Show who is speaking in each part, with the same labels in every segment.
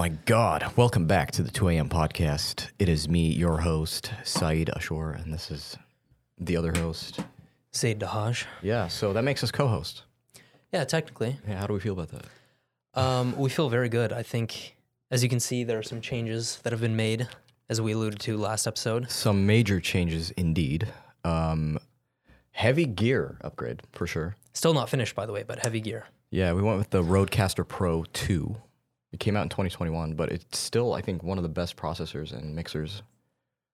Speaker 1: my God. Welcome back to the 2 a.m. podcast. It is me, your host, Saeed Ashore, and this is the other host.
Speaker 2: Said Dahaj.
Speaker 1: Yeah, so that makes us co host.
Speaker 2: Yeah, technically.
Speaker 1: Yeah, how do we feel about that?
Speaker 2: Um, we feel very good. I think, as you can see, there are some changes that have been made, as we alluded to last episode.
Speaker 1: Some major changes indeed. Um, heavy gear upgrade for sure.
Speaker 2: Still not finished, by the way, but heavy gear.
Speaker 1: Yeah, we went with the Roadcaster Pro 2. It came out in 2021, but it's still, I think, one of the best processors and mixers.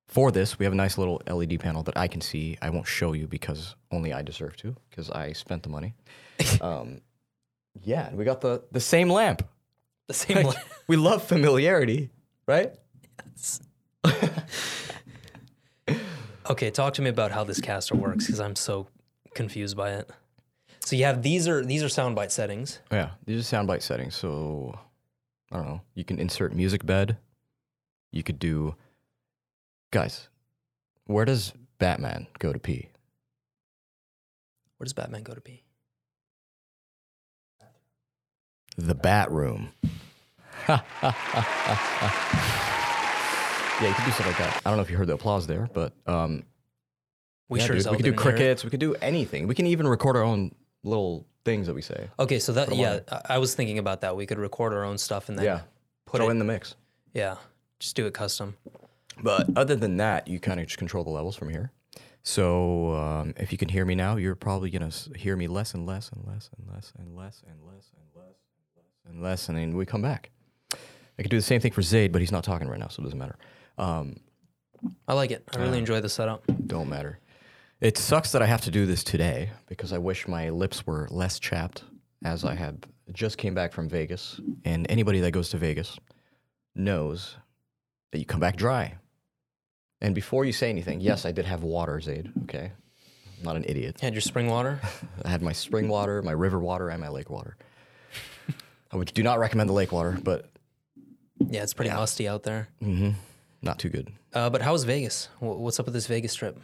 Speaker 1: For this, we have a nice little LED panel that I can see. I won't show you because only I deserve to, because I spent the money. um, yeah, and we got the, the same lamp.
Speaker 2: The same lamp.
Speaker 1: We love familiarity, right?
Speaker 2: Okay, talk to me about how this caster works, because I'm so confused by it. So you have these are these are soundbite settings.
Speaker 1: Yeah, these are soundbite settings. So I don't know. You can insert music bed. You could do. Guys, where does Batman go to pee?
Speaker 2: Where does Batman go to be?
Speaker 1: The bat room. yeah, you could do stuff like that. I don't know if you heard the applause there, but um,
Speaker 2: We
Speaker 1: yeah,
Speaker 2: sure as
Speaker 1: dude,
Speaker 2: hell
Speaker 1: we could do
Speaker 2: didn't hear it.
Speaker 1: crickets. We could do anything. We can even record our own little things that we say.
Speaker 2: Okay, so that
Speaker 1: a
Speaker 2: yeah,
Speaker 1: while.
Speaker 2: I I was thinking about that. We could record our own stuff and then
Speaker 1: Yeah,
Speaker 2: put
Speaker 1: throw
Speaker 2: it
Speaker 1: in the mix.
Speaker 2: yeah, just do it custom.
Speaker 1: But other than that, you kind of just control the levels from here. So um, if you can hear me now, you're probably gonna s- hear me less and less and less and less and less and less and less and less and less, and then we come back. I could do the same thing for Zayd, but he's not talking right now, so it doesn't matter. Um,
Speaker 2: I like it. I really enjoy the setup.
Speaker 1: don't matter. It sucks that I have to do this today because I wish my lips were less chapped, as I have just came back from Vegas, and anybody that goes to Vegas knows that you come back dry. And before you say anything, yes, I did have water, Zaid. Okay, I'm not an idiot.
Speaker 2: Had your spring water.
Speaker 1: I had my spring water, my river water, and my lake water. I would do not recommend the lake water, but mm-hmm,
Speaker 2: Yeah, it's pretty musty out there.
Speaker 1: not too good.
Speaker 2: Uh, but how was Vegas? Wh- What's up with this Vegas trip?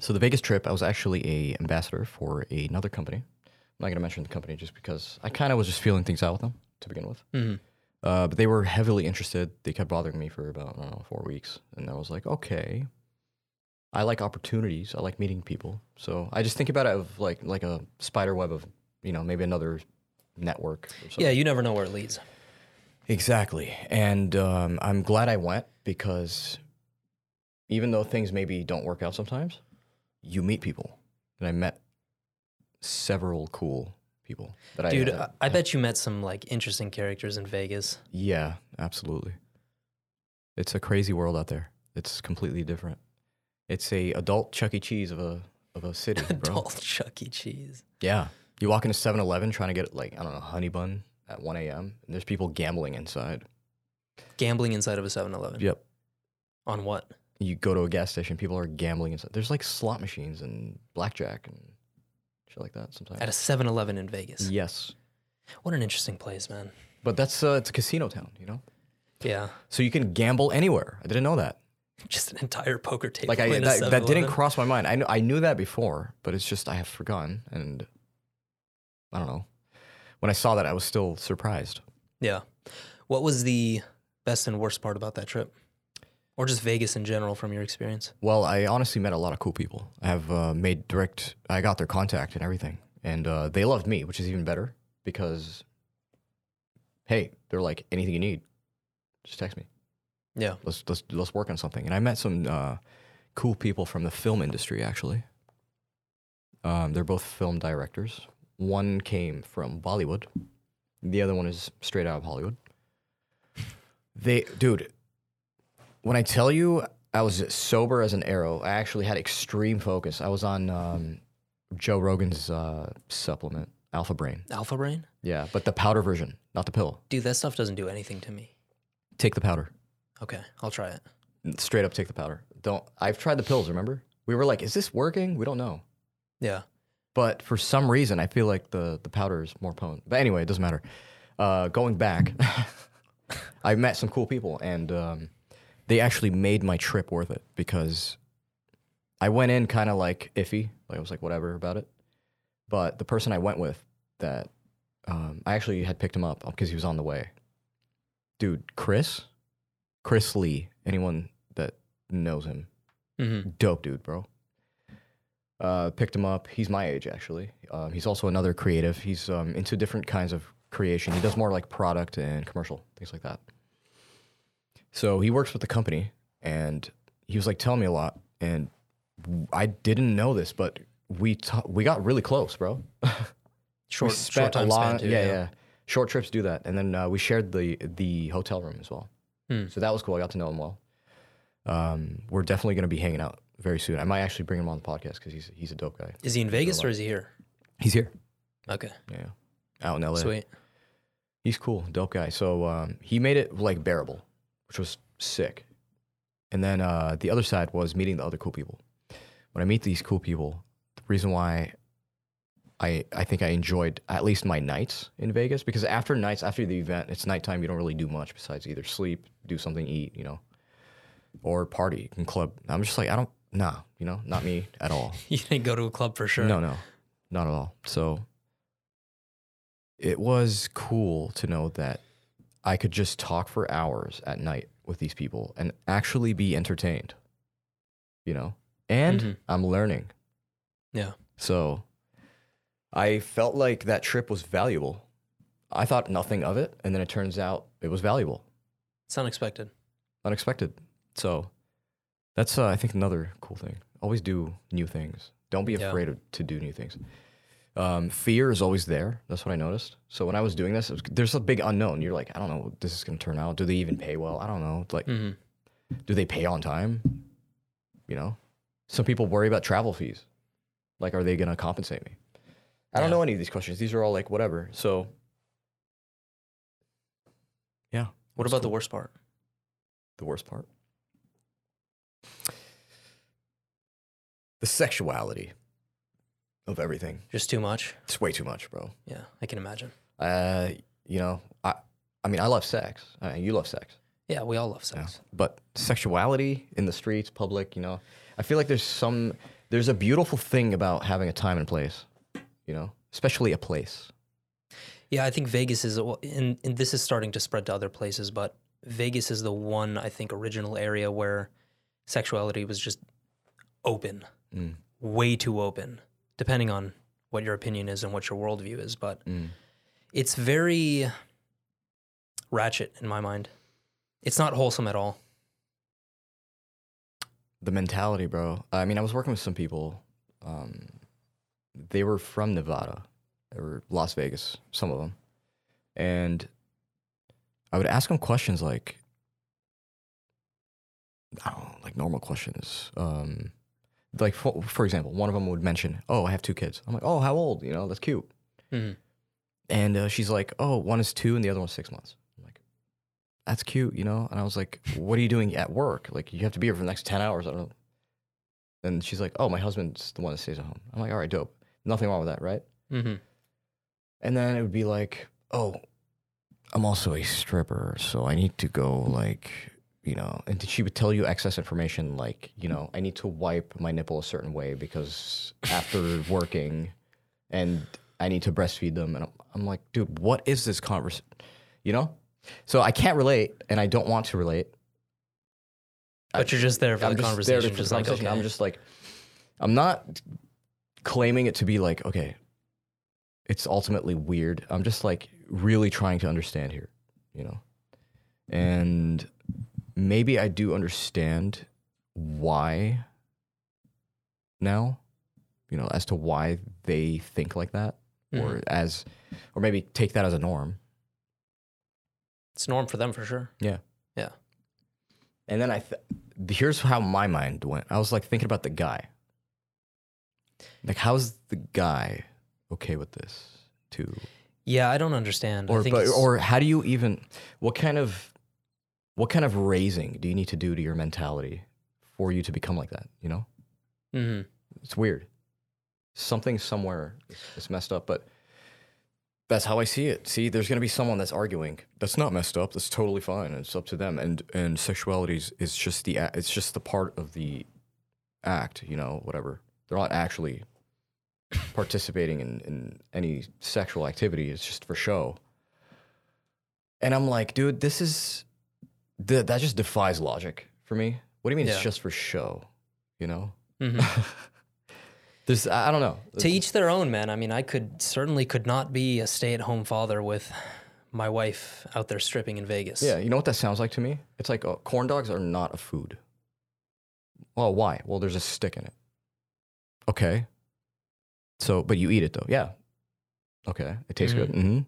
Speaker 1: So the Vegas trip, I was actually a ambassador for another company. I'm not going to mention the company just because I kind of was just feeling things out with them to begin with. Uh, but they were heavily interested. They kept bothering me for about I don't know four weeks, and I was like, okay, I like opportunities. I like meeting people. So I just think about it of like like a spider web of you know maybe another network. Or something.
Speaker 2: Yeah, you never know where it leads.
Speaker 1: Exactly. And um, I'm glad I went because even though things maybe don't work out sometimes, you meet people. And I met several cool people that I
Speaker 2: Dude, uh,
Speaker 1: had-
Speaker 2: I, I bet you met some like interesting characters in Vegas.
Speaker 1: Yeah, absolutely. It's a crazy world out there. It's completely different. It's a adult Chuck E. Cheese of a of a city, bro.
Speaker 2: Adult Chuck E. Cheese.
Speaker 1: Yeah. You walk into 7 Eleven trying to get like, I don't know, a honey bun at 1 a.m., and there's people gambling inside.
Speaker 2: Gambling inside of a 7 Eleven.
Speaker 1: Yep.
Speaker 2: On what?
Speaker 1: you go to a gas station, people are gambling and stuff. There's like slot machines and blackjack and shit like that sometimes.
Speaker 2: At a 7 Eleven in Vegas.
Speaker 1: yes,
Speaker 2: What an interesting place, man.
Speaker 1: but that's uh, it's a casino town, you know.
Speaker 2: Yeah.
Speaker 1: So you can gamble anywhere. I didn't know that.
Speaker 2: Just an entire poker table.
Speaker 1: Like I
Speaker 2: in a
Speaker 1: that, that didn't
Speaker 2: 7-Eleven.
Speaker 1: cross my mind. I knew I knew that before, but it's just I have forgotten, and I don't know. When I saw that, I was still surprised.
Speaker 2: Yeah. What was the best and worst part about that trip? Or just Vegas in general from your experience?
Speaker 1: Well, I honestly met a lot of cool people. I have uh, made direct. I got their contact and everything, and uh, they loved me, which is even better because, hey, they're like anything you need, just text me.
Speaker 2: Yeah.
Speaker 1: Let's let's let's work on something. And I met some uh, cool people from the film industry. Actually, um, they're both film directors. One came from Bollywood, the other one is straight out of Hollywood. They, dude, when I tell you I was sober as an arrow, I actually had extreme focus. I was on um, Joe Rogan's uh, supplement, Alpha Brain.
Speaker 2: Alpha Brain?
Speaker 1: Yeah, but the powder version, not the pill.
Speaker 2: Dude, that stuff doesn't do anything to me.
Speaker 1: Take the powder.
Speaker 2: Okay, I'll try it.
Speaker 1: Straight up take the powder. Don't. I've tried the pills, remember? We were like, is this working? We don't know.
Speaker 2: Yeah.
Speaker 1: but for some reason I feel like the the powder is more potent. But anyway, it doesn't matter. Uh, going back, I met some cool people, and um, they actually made my trip worth it because I went in kind of like iffy, like I was like whatever about it. But the um, person I went with, that um, I actually had picked him up because he was on the way, dude, Chris, Chris Lee. Anyone that knows him,
Speaker 2: hmm
Speaker 1: dope dude, bro. Uh, picked him up. He's my age actually. Um, he's also another creative. He's um, into different kinds of creation. He does more like product and commercial things like that. So he works with the company, and he was like telling me a lot, and I didn't know this, but we ta we got really close, bro.
Speaker 2: Short, short
Speaker 1: Spent
Speaker 2: time
Speaker 1: a lot-
Speaker 2: span too.
Speaker 1: yeah, yeah. Short trips do that, and then uh, we shared the the hotel room as well.
Speaker 2: Hmm.
Speaker 1: So that was cool. I got to know him well. Um, we're definitely going to be hanging out very soon. I might actually bring him on the podcast because he's he's a dope guy.
Speaker 2: Is he in Vegas or is he here?
Speaker 1: He's here.
Speaker 2: Okay,
Speaker 1: Yeah, out in LA.
Speaker 2: sweet.
Speaker 1: He's cool, dope guy. So um, he made it like bearable, which was sick. And then uh, the other side was meeting the other cool people. When I meet these cool people, the reason why I I think I enjoyed at least my nights in Vegas because after nights after the event, it's nighttime. You don't really do much besides either sleep, do something, eat, you know, or party and club. I'm just like I don't nah, you know, not me at all.
Speaker 2: You didn't go to a club for sure.
Speaker 1: No, no, not at all. So it was cool to know that I could just talk for hours at night with these people and actually be entertained, you know? And
Speaker 2: Mhm.
Speaker 1: I'm learning.
Speaker 2: Yeah.
Speaker 1: So I felt like that trip was valuable. I thought nothing of it. And then it turns out it was valuable,
Speaker 2: It's unexpected.
Speaker 1: unexpected. So that's, uh, I think, another cool thing. Always do new things. Don't be
Speaker 2: Yeah.
Speaker 1: afraid of, to do new things. Um, fear is always there. That's what I noticed. So when I was doing this, it was, there's a big unknown. You're like, I don't know what this is going to turn out. Do they even pay well? I don't know. Like,
Speaker 2: hmm
Speaker 1: do they pay on time? You know, some people worry about travel fees. Like, are they going to compensate me? I don't
Speaker 2: Yeah.
Speaker 1: know any of these questions. These are all like whatever. So, yeah.
Speaker 2: What about the worst part?
Speaker 1: the worst part? The sexuality of everything.
Speaker 2: Just too much.
Speaker 1: It's way too much, bro.
Speaker 2: Yeah, I can imagine.
Speaker 1: Uh, you know, I, I mean, I love sex. I mean, you love sex.
Speaker 2: Yeah, we all love
Speaker 1: Yeah.
Speaker 2: sex.
Speaker 1: But sexuality in the streets, public, you know, I feel like there's some, there's a beautiful thing about having a time and place, you know, especially a place.
Speaker 2: Yeah, I think Vegas is, well, and, and this is starting to spread to other places, but Vegas is the one, I think, original area where sexuality was just open,
Speaker 1: Mm.
Speaker 2: way too open, depending on what your opinion is and what your worldview is. But it's very ratchet in my mind. It's not wholesome at all.
Speaker 1: The mentality, bro. I mean, I was working with some people. Um, they were from Nevada or Las Vegas, some of them. And I would ask them questions like, I don't know, like normal questions. Um, like, for, for example, one of them would mention, Oh, I have two kids. I'm like, Oh, how old? You know, that's cute.
Speaker 2: Mhm.
Speaker 1: And uh, she's like, Oh, one is two and the other one's six months. I'm like, That's cute, you know? And I was like, What are you doing at work? Like, you have to be here for the next 10 hours. I don't know. And she's like, Oh, my husband's the one that stays at home. I'm like, All right, dope. Nothing wrong with that, right?
Speaker 2: Mm-hmm.
Speaker 1: And then it would be like, oh, I'm also a stripper, so I need to go like, you know, and she would tell you excess information like, you know, I need to wipe my nipple a certain way because after working and I need to breastfeed them. And I'm, I'm like, dude, what is this conversation? You know? So I can't relate and I don't want to relate.
Speaker 2: But you're just there for
Speaker 1: I'm
Speaker 2: the
Speaker 1: just
Speaker 2: conversation.
Speaker 1: there for
Speaker 2: just
Speaker 1: the
Speaker 2: like,
Speaker 1: conversation.
Speaker 2: okay.
Speaker 1: I'm just like, I'm not claiming it to be like, okay, it's ultimately weird. I'm just like really trying to understand here, you know? And maybe I do understand why now, you know, as to why they think like that
Speaker 2: Mm-hmm.
Speaker 1: or as, or maybe take that as a norm.
Speaker 2: it's norm for them for sure.
Speaker 1: And then I, th- here's how my mind went. I was like thinking about the guy. Like, how's the guy okay with this too?
Speaker 2: Yeah, I don't understand. I
Speaker 1: Or,
Speaker 2: think
Speaker 1: but,
Speaker 2: it's-
Speaker 1: or how do you even? What kind of, what kind of raising do you need to do to your mentality for you to become like that? You know,
Speaker 2: Mhm.
Speaker 1: it's weird. Something somewhere is, is messed up, but that's how I see it. See, there's gonna be someone that's arguing that's not messed up. That's totally fine. It's up to them. And and sexuality is, is just the a- it's just the part of the act. You know, whatever. They're not actually participating in, in any sexual activity. It's just for show. And I'm like, dude, this is th- that just defies logic for me. What do you mean it's
Speaker 2: Yeah.
Speaker 1: just for show? You know?
Speaker 2: Mhm.
Speaker 1: There's I I don't know.
Speaker 2: to each their own, man. I mean, I could certainly could not be a stay-at-home father with my wife out there stripping in Vegas.
Speaker 1: Yeah, you know what that sounds like to me? It's like oh, corn dogs are not a food. Well, why? Well, there's a stick in it. Okay. So, but you eat it though. Yeah. Okay. It tastes good. Mm-hmm.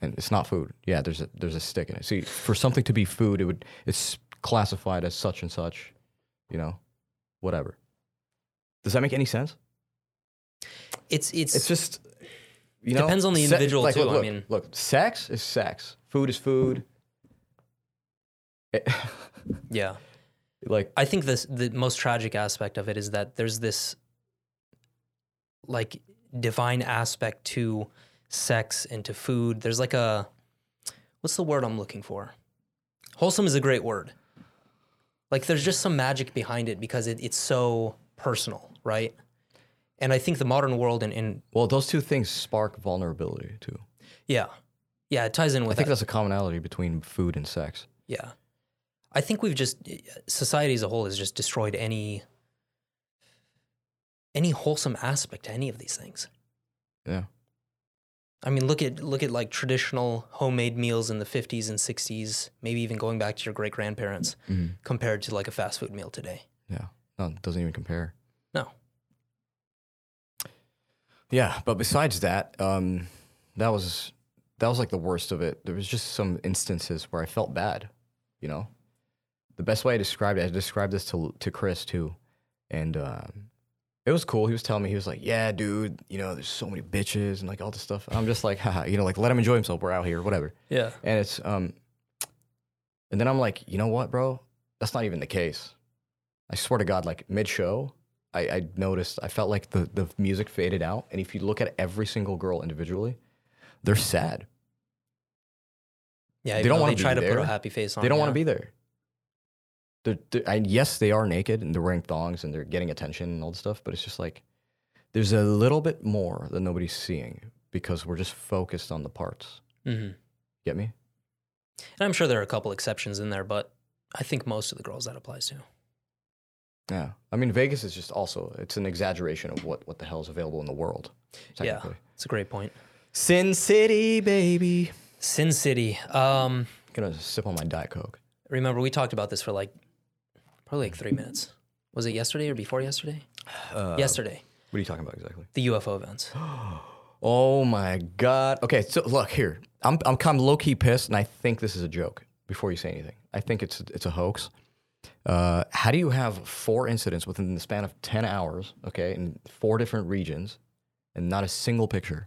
Speaker 1: And it's not food. Yeah, there's a there's a stick in it. See, for something to be food, it would it's classified as such and such, you know, whatever. Does that make any sense?
Speaker 2: It's it's,
Speaker 1: It's just you know
Speaker 2: Depends on the
Speaker 1: se-
Speaker 2: individual, too,
Speaker 1: Look,
Speaker 2: I
Speaker 1: look,
Speaker 2: mean-
Speaker 1: look, sex is sex. Food is food. Eh,
Speaker 2: yeah.
Speaker 1: like
Speaker 2: I think this the most tragic aspect of it is that there's this like divine aspect to sex and to food. There's like a what's the word I'm looking for? Wholesome is a great word. Like there's just some magic behind it because it, it's so personal, right? And I think the modern world and, and
Speaker 1: well, those two things spark vulnerability too.
Speaker 2: yeah. Yeah, it ties in
Speaker 1: I
Speaker 2: with
Speaker 1: think
Speaker 2: that.
Speaker 1: that's a commonality between food and sex.
Speaker 2: Yeah. I think we've just eh, society as a whole has just destroyed any any wholesome aspect to any of these things.
Speaker 1: Yeah.
Speaker 2: I mean, look at look at like traditional homemade meals in the 50s and 60s, maybe even going back to your great grandparents
Speaker 1: Mm-hmm.
Speaker 2: compared to like a fast food meal today.
Speaker 1: Yeah. No, it doesn't even compare.
Speaker 2: No.
Speaker 1: Yeah, but besides that, um, that was that was like the worst of it. There was just some instances where I felt bad, you know. The best way I described it, I described this to to Chris too, and um, it was cool. He was telling me he was like, "Yeah, dude, you know, there's so many bitches and like all this stuff." I'm just like, Haha, you know, like let him enjoy himself. We're out here, whatever.
Speaker 2: Yeah.
Speaker 1: And it's um and then I'm like, you know what, bro? That's not even the case. I swear to God, like mid show, I, I noticed I felt like the, the music faded out. And if you look at every single girl individually, they're sad.
Speaker 2: Yeah,
Speaker 1: They
Speaker 2: even
Speaker 1: don't
Speaker 2: though
Speaker 1: wanna
Speaker 2: they try
Speaker 1: be
Speaker 2: to put
Speaker 1: there.
Speaker 2: a happy face on.
Speaker 1: They don't
Speaker 2: yeah.
Speaker 1: want to be there. They're, they're- and yes, they are naked and they're wearing thongs and they're getting attention and all this stuff, but it's just like there's a little bit more that nobody's seeing because we're just focused on the parts.
Speaker 2: Mhm.
Speaker 1: Get me?
Speaker 2: And I'm sure there are a couple exceptions in there, but I think most of the girls that applies to.
Speaker 1: Yeah, I mean Vegas is just also it's an exaggeration of what what the hell is available in the world.
Speaker 2: Yeah.
Speaker 1: Technically,
Speaker 2: It's a great point.
Speaker 1: Sin City, baby.
Speaker 2: Sin City. Um
Speaker 1: gonna sip on my diet coke.
Speaker 2: remember we talked about this for like probably like three minutes. Was it yesterday or before yesterday?
Speaker 1: Uh,
Speaker 2: yesterday,
Speaker 1: What are you talking about exactly?
Speaker 2: the UFO events.
Speaker 1: Oh my god. Okay, so look here. I'm I'm kind of low key pissed, and I think this is a joke. Before you say anything, I think it's it's a hoax. Uh, how do you have four incidents within the span of ten hours? Okay, in four different regions, and not a single picture.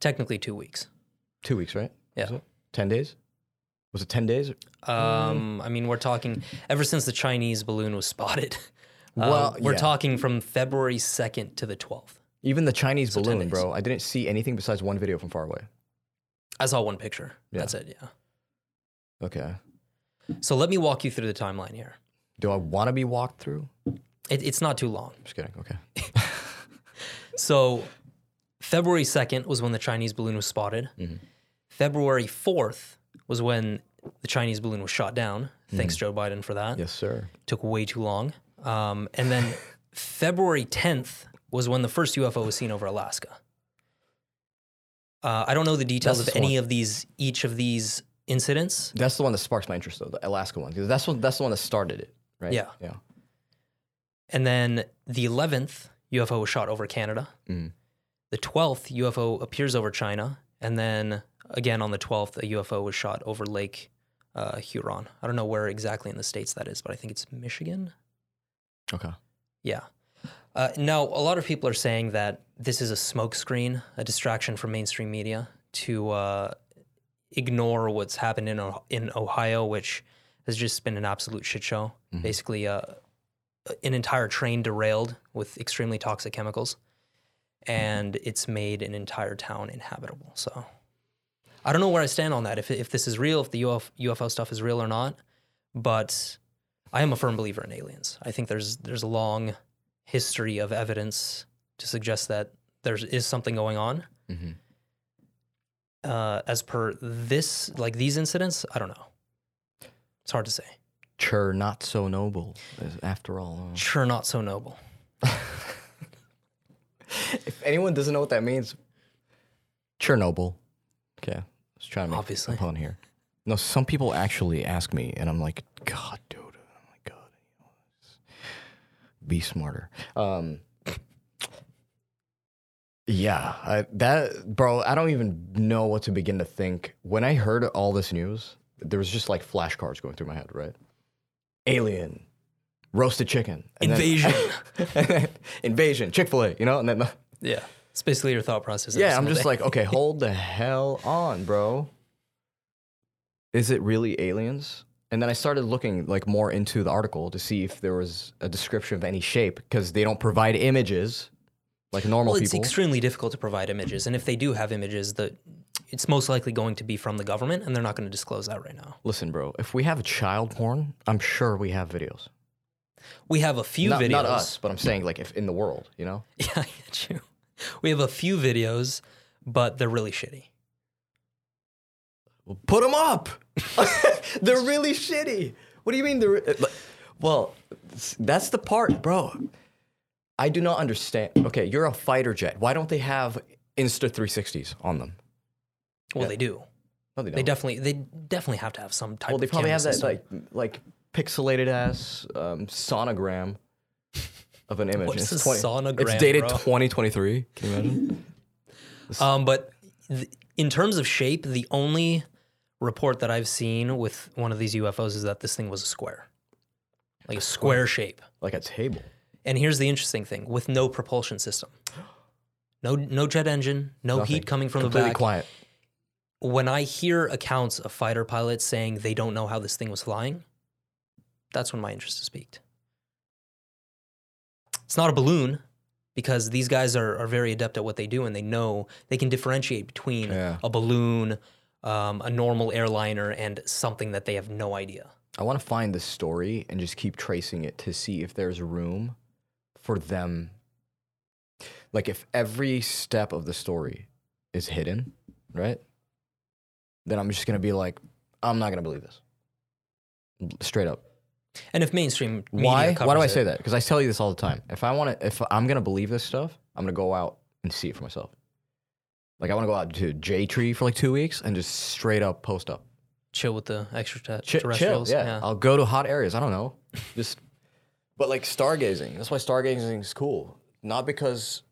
Speaker 2: Technically, two weeks.
Speaker 1: Two weeks, right?
Speaker 2: Yeah.
Speaker 1: Was it? Ten days. Was it ten days?
Speaker 2: Um, I mean, we're talking ever since the Chinese balloon was spotted. Uh,
Speaker 1: Well,
Speaker 2: we're
Speaker 1: yeah.
Speaker 2: talking from February second to the twelfth.
Speaker 1: Even the Chinese
Speaker 2: 10
Speaker 1: balloon,
Speaker 2: days.
Speaker 1: bro. I didn't see anything besides one video from far away.
Speaker 2: I saw one picture. That's it. Yeah.
Speaker 1: Okay.
Speaker 2: So let me walk you through the timeline here.
Speaker 1: Do I want to be walked through?
Speaker 2: It, it's not too long.
Speaker 1: Just kidding. Okay.
Speaker 2: So February 2nd was when the Chinese balloon was spotted. February 4th was when the Chinese balloon was shot down. Thanks, Joe Biden, for that.
Speaker 1: Yes, sir.
Speaker 2: Took way too long. Um, and then February 10th was when the first UFO was seen over Alaska. Uh, I don't know the details
Speaker 1: That's
Speaker 2: of
Speaker 1: the
Speaker 2: any of these, each of these incidents.
Speaker 1: That's the one that sparks my interest, though. The Alaska one, because that's one. That's the one that started it, right?
Speaker 2: Yeah.
Speaker 1: Yeah.
Speaker 2: And then the 11th, UFO was shot over Canada.
Speaker 1: Mm.
Speaker 2: The 12th, UFO appears over China. And then again on the 12th, a UFO was shot over Lake uh, Huron. I don't know where exactly in the States that is, but I think it's Michigan.
Speaker 1: Okay.
Speaker 2: Yeah. Uh, now, a lot of people are saying that this is a smokescreen, a distraction from mainstream media to uh, ignore what's happened in, oh- in Ohio, which has just been an absolute shit show. Basically, uh, an entire train derailed with extremely toxic chemicals, and it's made an entire town inhabitable. So I don't know where I stand on that, if, if this is real, if the UFO, UFO stuff is real or not, but. I am a firm believer in aliens. I think there's there's a long history of evidence to suggest that there is something going on.
Speaker 1: Mhm.
Speaker 2: uh, as per this, like these incidents, I don't know. It's hard to say.
Speaker 1: Chur not so noble, as- after all. uh,
Speaker 2: Sure, not so noble.
Speaker 1: if anyone doesn't know what that means, Chernobyl. Okay, just trying to make
Speaker 2: Obviously.
Speaker 1: a pun here. No, some people actually ask me, and I'm like, God, dude, oh my God, you know, it's- be smarter. Um, yeah, I, that bro, I don't even know what to begin to think. When I heard all this news, there was just like flashcards going through my head, right? Alien, roasted chicken, and then- invasion, Chick Fil A, you know, and then
Speaker 2: Yeah. It's basically your thought process.
Speaker 1: yeah, I'm just like, okay, hold the hell on, bro. Is it really aliens? And then I started looking like more into the article to see if there was a description of any shape because they don't provide images like normal
Speaker 2: well, it's
Speaker 1: people.
Speaker 2: extremely difficult to provide images, and if they do have images, that it's most likely going to be from the government, and they're not going to disclose that right now.
Speaker 1: Listen, bro, if we have child porn, I'm sure we have videos.
Speaker 2: We have a few
Speaker 1: Not,
Speaker 2: videos.
Speaker 1: not us, but I'm saying like if in the world, you know.
Speaker 2: Yeah, I get you. We have a few videos, but they're really shitty.
Speaker 1: Put them up. they're really shitty. What do you mean they're? re- uh, Well, s- that's the part, bro. I do not understand. Okay, you're a fighter jet. Why don't they have Insta 360s on them?
Speaker 2: Well, they do.
Speaker 1: No, they don't.
Speaker 2: They definitely, they definitely have to have some type.
Speaker 1: well, they
Speaker 2: of
Speaker 1: probably
Speaker 2: camera
Speaker 1: have that
Speaker 2: system.
Speaker 1: like like pixelated ass um, sonogram of an image.
Speaker 2: What is
Speaker 1: it's,
Speaker 2: a sonogram,
Speaker 1: it's dated
Speaker 2: bro?
Speaker 1: 2023. Can you imagine?
Speaker 2: Um, but th- in terms of shape, the only report that I've seen with one of these UFOs is that this thing was a square, like a square shape.
Speaker 1: like a table.
Speaker 2: And here's the interesting thing: with no propulsion system, no no jet engine, no
Speaker 1: Nothing.
Speaker 2: heat coming from
Speaker 1: Completely
Speaker 2: the back.
Speaker 1: quiet.
Speaker 2: When I hear accounts of fighter pilots saying they don't know how this thing was flying, that's when my interest is piqued. It's not a balloon because these guys are, are very adept at what they do and they know they can differentiate between
Speaker 1: Yeah.
Speaker 2: a balloon, um, a normal airliner, and something that they have no idea.
Speaker 1: I want to find the story and just keep tracing it to see if there's room for them. Like if every step of the story is hidden, right? Then I'm just gonna be like, I'm not gonna believe this. Straight up.
Speaker 2: And if mainstream media
Speaker 1: Why?
Speaker 2: covers
Speaker 1: Why do I
Speaker 2: it-
Speaker 1: say that? Because I tell you this all the time. If I want to, if I'm gonna believe this stuff, I'm gonna go out and see it for myself. Like I want to go out to J Tree for like two weeks and just straight up post up.
Speaker 2: chill with the
Speaker 1: Chi- chill.
Speaker 2: extraterrestrials?
Speaker 1: Yeah. I'll go to hot areas. I don't know. Just, but like stargazing. That's why stargazing is cool. Not because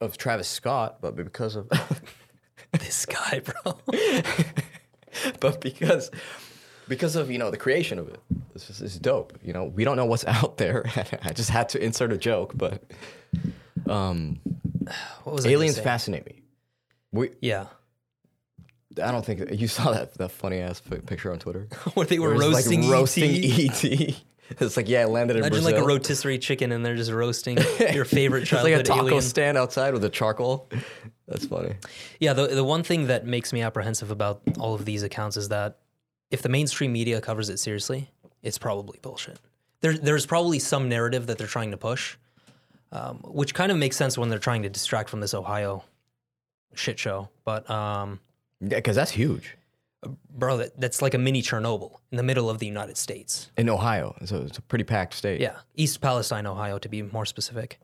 Speaker 1: of Travis Scott, but because of,
Speaker 2: this guy, bro.
Speaker 1: but because, because of you know the creation of it. This is it's dope. You know, we don't know what's out there. I just had to insert a joke, but um,
Speaker 2: What was I gonna
Speaker 1: aliens
Speaker 2: say?
Speaker 1: fascinate me. We,
Speaker 2: Yeah,
Speaker 1: I don't think you saw that that funny ass fi- picture on Twitter.
Speaker 2: where they were
Speaker 1: It was,
Speaker 2: roasting, E
Speaker 1: like roasting
Speaker 2: ET.
Speaker 1: ET. It's like yeah, it landed in
Speaker 2: Imagine
Speaker 1: Brazil.
Speaker 2: like a rotisserie chicken and they're just roasting your favorite
Speaker 1: It's like
Speaker 2: childhood
Speaker 1: a taco
Speaker 2: alien.
Speaker 1: stand outside with a charcoal. That's funny.
Speaker 2: yeah, the the one thing that makes me apprehensive about all of these accounts is that if the mainstream media covers it seriously, it's probably bullshit. There, there's probably some narrative that they're trying to push, um, which kind of makes sense when they're trying to distract from this Ohio shit show. But um,
Speaker 1: Yeah, because that's huge
Speaker 2: bro, that, that's like a mini Chernobyl in the middle of the United States.
Speaker 1: in Ohio. So it's a pretty packed state.
Speaker 2: Yeah, East Palestine, Ohio, to be more specific.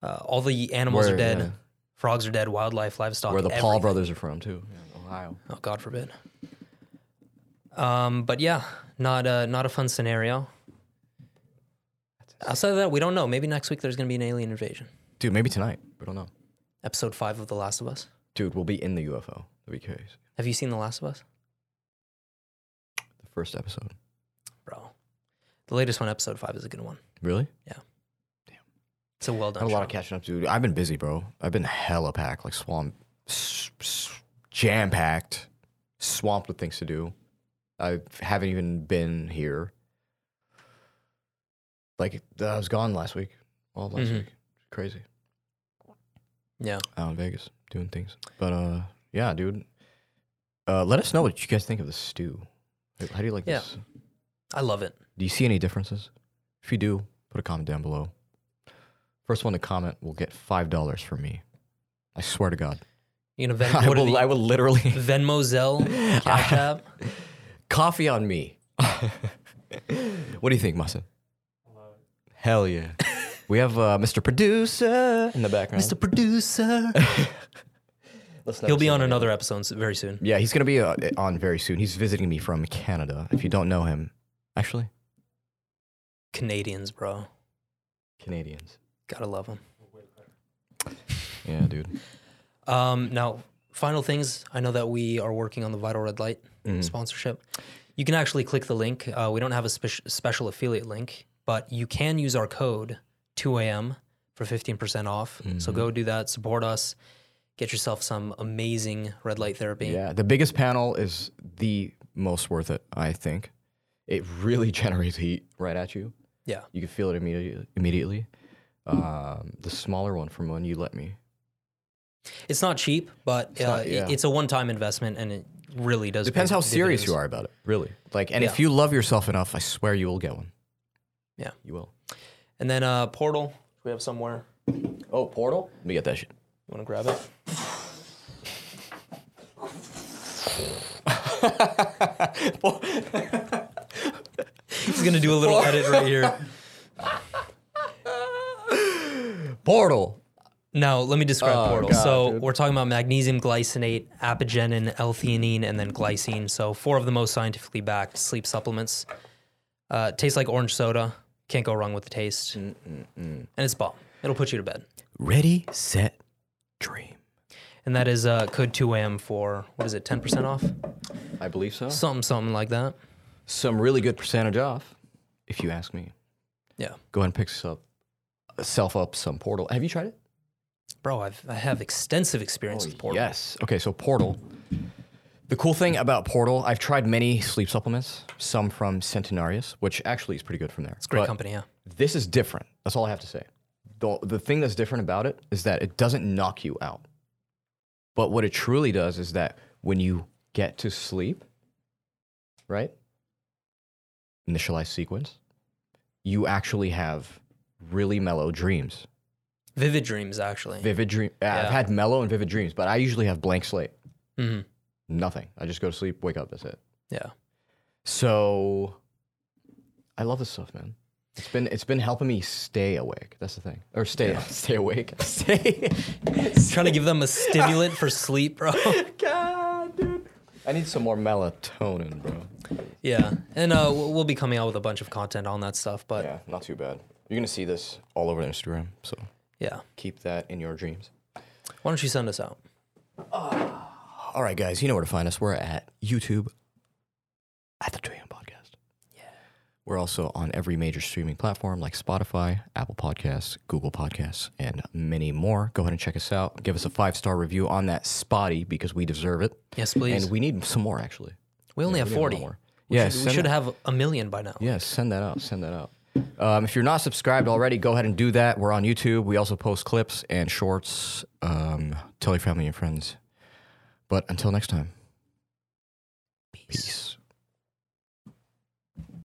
Speaker 2: Uh, all the animals
Speaker 1: Where-
Speaker 2: are dead.
Speaker 1: yeah.
Speaker 2: Frogs are dead. Wildlife, livestock.
Speaker 1: Where the Paul
Speaker 2: everything.
Speaker 1: brothers are from too. Ohio.
Speaker 2: Oh God forbid. Um, but yeah, not a not a fun scenario. Outside of that, we don't know. Maybe next week there's going to be an alien invasion.
Speaker 1: Dude, maybe tonight. We don't know.
Speaker 2: Episode five of The Last of Us.
Speaker 1: Dude, we'll be in the UFO. That'd be curious.
Speaker 2: Have you seen The Last of Us,
Speaker 1: The first episode.
Speaker 2: bro? The latest one, episode five, is a good one.
Speaker 1: Really?
Speaker 2: It's a well
Speaker 1: I
Speaker 2: done.
Speaker 1: had a lot of
Speaker 2: show.
Speaker 1: catching up to do. I've been busy, bro. I've been hella packed, like swamp, s- s- jam packed, swamped with things to do. I haven't even been here. Like I was gone last week, all of last
Speaker 2: Mhm.
Speaker 1: week. Crazy.
Speaker 2: yeah,
Speaker 1: Out in Vegas doing things, but uh, yeah, dude. Uh, let us know what you guys think of the stew. How do you like
Speaker 2: Yeah.
Speaker 1: this?
Speaker 2: I love it.
Speaker 1: Do you see any differences? If you do, put a comment down below. First one to comment will get five dollars from me. I swear to God.
Speaker 2: You know, Ven-
Speaker 1: I
Speaker 2: what are
Speaker 1: will.
Speaker 2: the-
Speaker 1: I will literally
Speaker 2: Venmo, Zelle, Cash App.
Speaker 1: coffee on me. what do you think, Masa? Hell yeah. we have uh, Mr. Producer in the background.
Speaker 2: Mr. Producer.
Speaker 1: Let's
Speaker 2: He'll
Speaker 1: never
Speaker 2: be
Speaker 1: say
Speaker 2: on
Speaker 1: that.
Speaker 2: another episode s- very soon.
Speaker 1: Yeah, he's gonna be uh, on very soon. He's visiting me from Canada. If you don't know him, actually,
Speaker 2: Canadians, bro.
Speaker 1: Canadians.
Speaker 2: Gotta love them.
Speaker 1: Yeah, dude.
Speaker 2: Um, now, final things. I know that we are working on the Vital Red Light
Speaker 1: Mm-hmm.
Speaker 2: sponsorship. You can actually click the link. Uh, we don't have a spec- special affiliate link, but you can use our code 2AM for 15% off.
Speaker 1: Mm-hmm.
Speaker 2: So go do that. Support us. Get yourself some amazing red light therapy.
Speaker 1: Yeah, the biggest panel is the most worth it. I think it really generates heat right at you.
Speaker 2: Yeah.
Speaker 1: You can feel it immediately. Immediately. Um, the smaller one from when you let me.
Speaker 2: It's not cheap, but uh,
Speaker 1: not-
Speaker 2: it-
Speaker 1: yeah.
Speaker 2: it's a one time investment and it really does.
Speaker 1: Depends
Speaker 2: pay
Speaker 1: how serious you
Speaker 2: dividends.
Speaker 1: are about it, really. Like, and if
Speaker 2: Yeah.
Speaker 1: you love yourself enough, I swear you will get one.
Speaker 2: Yeah.
Speaker 1: you will.
Speaker 2: And then uh, Portal, we have somewhere.
Speaker 1: Oh, portal. Let me get that shit.
Speaker 2: You want to grab it? He's gonna do a little edit right here.
Speaker 1: Portal.
Speaker 2: Now, let me describe Portal.
Speaker 1: God,
Speaker 2: so
Speaker 1: dude.
Speaker 2: we're talking about magnesium glycinate, apigenin, L-theanine, and then glycine. So four of the most scientifically backed sleep supplements. Uh, tastes like orange soda. Can't go wrong with the taste. And it's bomb. It'll put you to bed.
Speaker 1: Ready, set, dream.
Speaker 2: And that is uh, code 2AM for, what is it, 10% off?
Speaker 1: I believe so.
Speaker 2: Something, something like that.
Speaker 1: Some really good percentage off, if you ask me.
Speaker 2: Yeah.
Speaker 1: Go ahead and pick us up, self up some portal. Have you tried it?
Speaker 2: Bro, I've, I have extensive experience with Portal.
Speaker 1: Oh, Yes. Okay, so Portal. The cool thing about Portal, I've tried many sleep supplements, some from Centenarius, which actually is pretty good from there. It's
Speaker 2: Great company, yeah.
Speaker 1: This is different. That's all I have to say. The, the thing that's different about it is that it doesn't knock you out. But what it truly does is that when you get to sleep, right? Initialize sequence, you actually have really mellow dreams.
Speaker 2: Vivid Dreams, actually.
Speaker 1: Vivid dream. uh,
Speaker 2: Yeah.
Speaker 1: I've had mellow and vivid dreams, but I usually have blank slate.
Speaker 2: Mhm.
Speaker 1: Nothing. I just go to sleep, wake up, that's it.
Speaker 2: Yeah.
Speaker 1: So I love this stuff, man. It's been it's been helping me stay awake. That's the thing. Or stay stay awake. Stay.
Speaker 2: Trying to give them a stimulant for sleep, bro.
Speaker 1: God, dude. I need some more melatonin, bro.
Speaker 2: yeah. And uh, we'll we'll be coming out with a bunch of content on that stuff, but
Speaker 1: Yeah, not too bad. You're gonna see this all over Instagram, so
Speaker 2: yeah.
Speaker 1: keep that in your dreams.
Speaker 2: Why don't you send us out?
Speaker 1: All right, guys, you know where to find us. We're at YouTube at the Trayon Podcast. We're also on every major streaming platform like Spotify, Apple Podcasts, Google Podcasts, and many more. Go ahead and check us out. Give us a five star review on that spotty because we deserve it.
Speaker 2: Yes, please.
Speaker 1: And we need some more, actually.
Speaker 2: we only have
Speaker 1: We need a lot
Speaker 2: 40.
Speaker 1: more. Yeah,
Speaker 2: we
Speaker 1: send
Speaker 2: should
Speaker 1: that-
Speaker 2: have a million by now.
Speaker 1: Yes, send that out. Send that out. Um, if you're not subscribed already, go ahead and do that. We're on YouTube. We also post clips and shorts. Um, tell your family and friends. But until next time, peace.